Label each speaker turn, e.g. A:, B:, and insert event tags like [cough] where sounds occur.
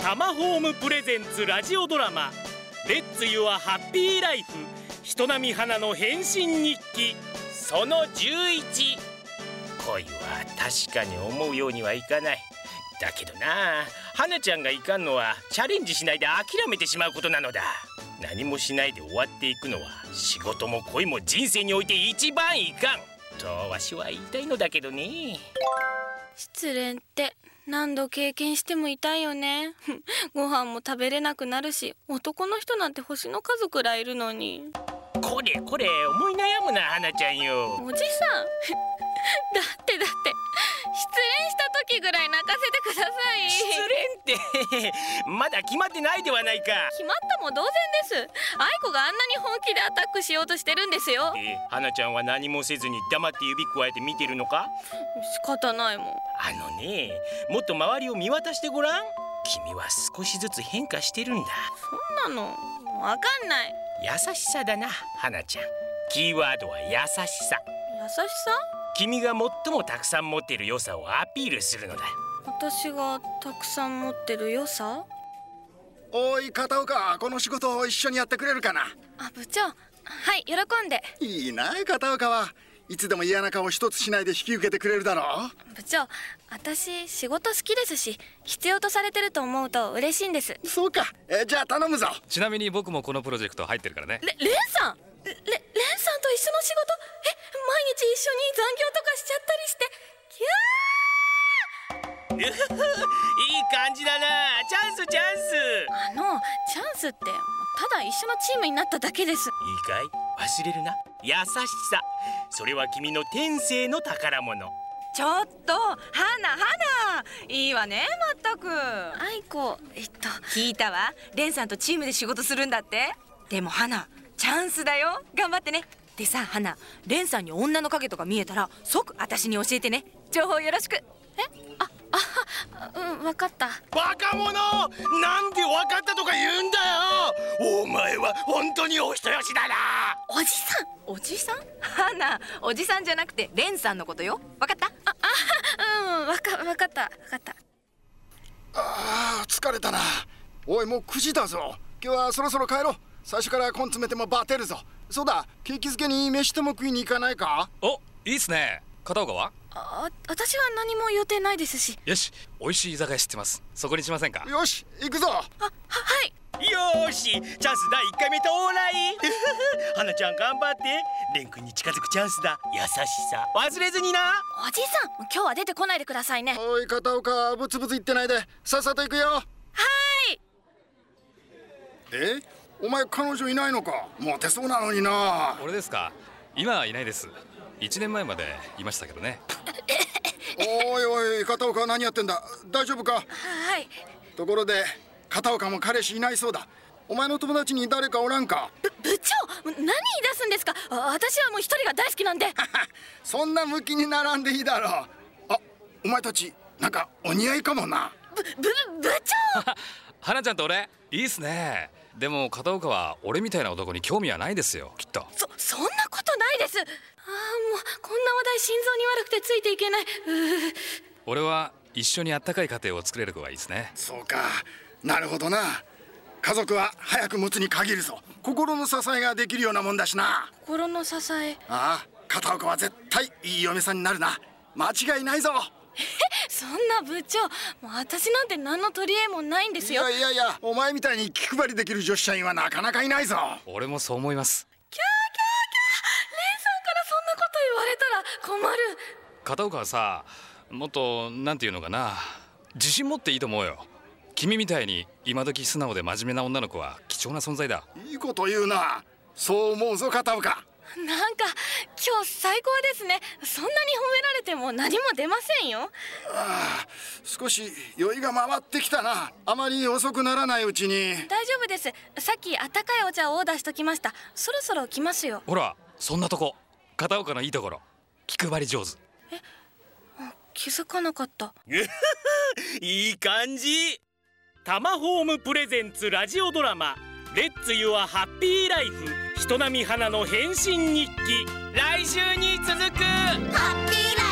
A: タマホームプレゼンツラジオドラマ「レッツ・ユア・ハッピー・ライフ」人並み花の変身日記その11恋は確かに思うようにはいかないだけどな花ちゃんがいかんのはチャレンジしないで諦めてしまうことなのだ何もしないで終わっていくのは仕事も恋も人生において一番いかんとわしは言いたいのだけどね
B: 失恋って何度経験しても痛いよね [laughs] ご飯も食べれなくなるし男の人なんて星の数くらいいるのに
A: これこれ思い悩むな花ちゃんよ
B: おじさん [laughs] だってだって失恋した時ぐらい泣かせてください
A: 失恋って [laughs] まだ決まってないではないか
B: 決まったも同然です愛子があんなに本気でアタックしようとしてるんですよ
A: えー花ちゃんは何もせずに黙って指くわえて見てるのか
B: 仕方ないもん
A: あのねもっと周りを見渡してごらん君は少しずつ変化してるんだ
B: そんなのわかんない
A: 優しさだな花ちゃんキーワードは優しさ
B: 優しさ
A: 君が最もたくさん持っている良さをアピールするのだ
B: 私がたくさん持ってる良さ
C: おい片岡この仕事を一緒にやってくれるかな
B: あ部長はい喜んで
C: いいな片岡はいつでも嫌な顔一つしないで引き受けてくれるだろ
B: 部長私仕事好きですし必要とされてると思うと嬉しいんですレ
C: うそうかえじゃあ頼むぞ
D: ちなみに僕もこのプロジェクト入ってるからね
B: レンさんレレンさんと一緒の仕事え毎日一緒に残業とかしちゃったりして
A: う
B: キャ
A: ふふいい感じだなチャンスチャンス
B: ーあのチャンスってただ一緒のチームになっただけです
A: いいかい忘れるな優しさそれは君の天性の宝物
E: ちょっと花花いいわねまったく
B: 愛子えっと
E: 聞いたわレンさんとチームで仕事するんだってでも花チャンスだよ頑張ってねでさ花レンさんに女の影とか見えたら即私に教えてね情報よろしく
B: あうんわかった
A: バカ者なんで分かったとか言うんだよお前は本当にお人よしだな
B: おじさん
E: おじさん花おじさんじゃなくてレンさんのことよわかった
B: うんわかわかったわかった
C: ああ疲れたなおいもう9時だぞ今日はそろそろ帰ろう最初から根詰めてもバテるぞそうだ景気づけに飯とも食いに行かないか
D: おいいっすね片岡は
B: あ私は何も予定ないですし
D: よし美味しい居酒屋知ってますそこにしませんか
C: よし行くぞ
B: あははい
A: よーしチャンス第1回目到来 [laughs] 花ちゃん頑張って蓮くんに近づくチャンスだ優しさ忘れずにな
B: おじさん今日は出てこないでくださいね
C: おい片岡ブツブツ言ってないでさっさと行くよ
B: はい
C: えお前彼女いないのかモテそうなのにな
D: 俺ですか今はいないです1年前までいましたけどね
C: おいおい片岡何やってんだ大丈夫か
B: はい
C: ところで片岡も彼氏いないそうだお前の友達に誰かおらんか
B: ぶ部長何言い出すんですかあ私はもう一人が大好きなん
C: [laughs]
B: で
C: そんな向きに並んでいいだろうあお前たちなんかお似合いかもな
B: ぶぶ部長
D: 花ちゃんと俺いいっすねでも片岡は俺みたいな男に興味はないですよきっと
B: そそんなことないですあーもうこんな話題心臓に悪くてついていけないうー
D: 俺は一緒にあったかい家庭を作れる子がいいですね
C: そうかなるほどな家族は早く持つに限るぞ心の支えができるようなもんだしな
B: 心の支え
C: ああ片岡は絶対いい嫁さんになるな間違いないぞ
B: そんな部長もう私なんて何の取り柄もないんで
C: い
B: すよ
C: やいやいやお前みたいに気配りできる女子社員はなかなかいないぞ
D: 俺もそう思います
B: レンさんからそんなこと言われたら困る
D: 片岡はさもっとなんていうのかな自信持っていいと思うよ君みたいに今時素直で真面目な女の子は貴重な存在だ
C: いいこと言うなそう思うぞ片岡
B: なんか今日最高ですねそんなに褒められても何も出ませんよ
C: 少し酔いが回ってきたなあまり遅くならないうちに
B: 大丈夫ですさっき温かいお茶をオーダーしときましたそろそろ来ますよ
D: ほらそんなとこ片岡のいいところ気配り上手
B: 気づかなかった
A: いい感じタマホームプレゼンツラジオドラマ「レッツ・ユア・ハッピー・ライフ」人並み花の変身日記来週に続く
F: ハッピーラ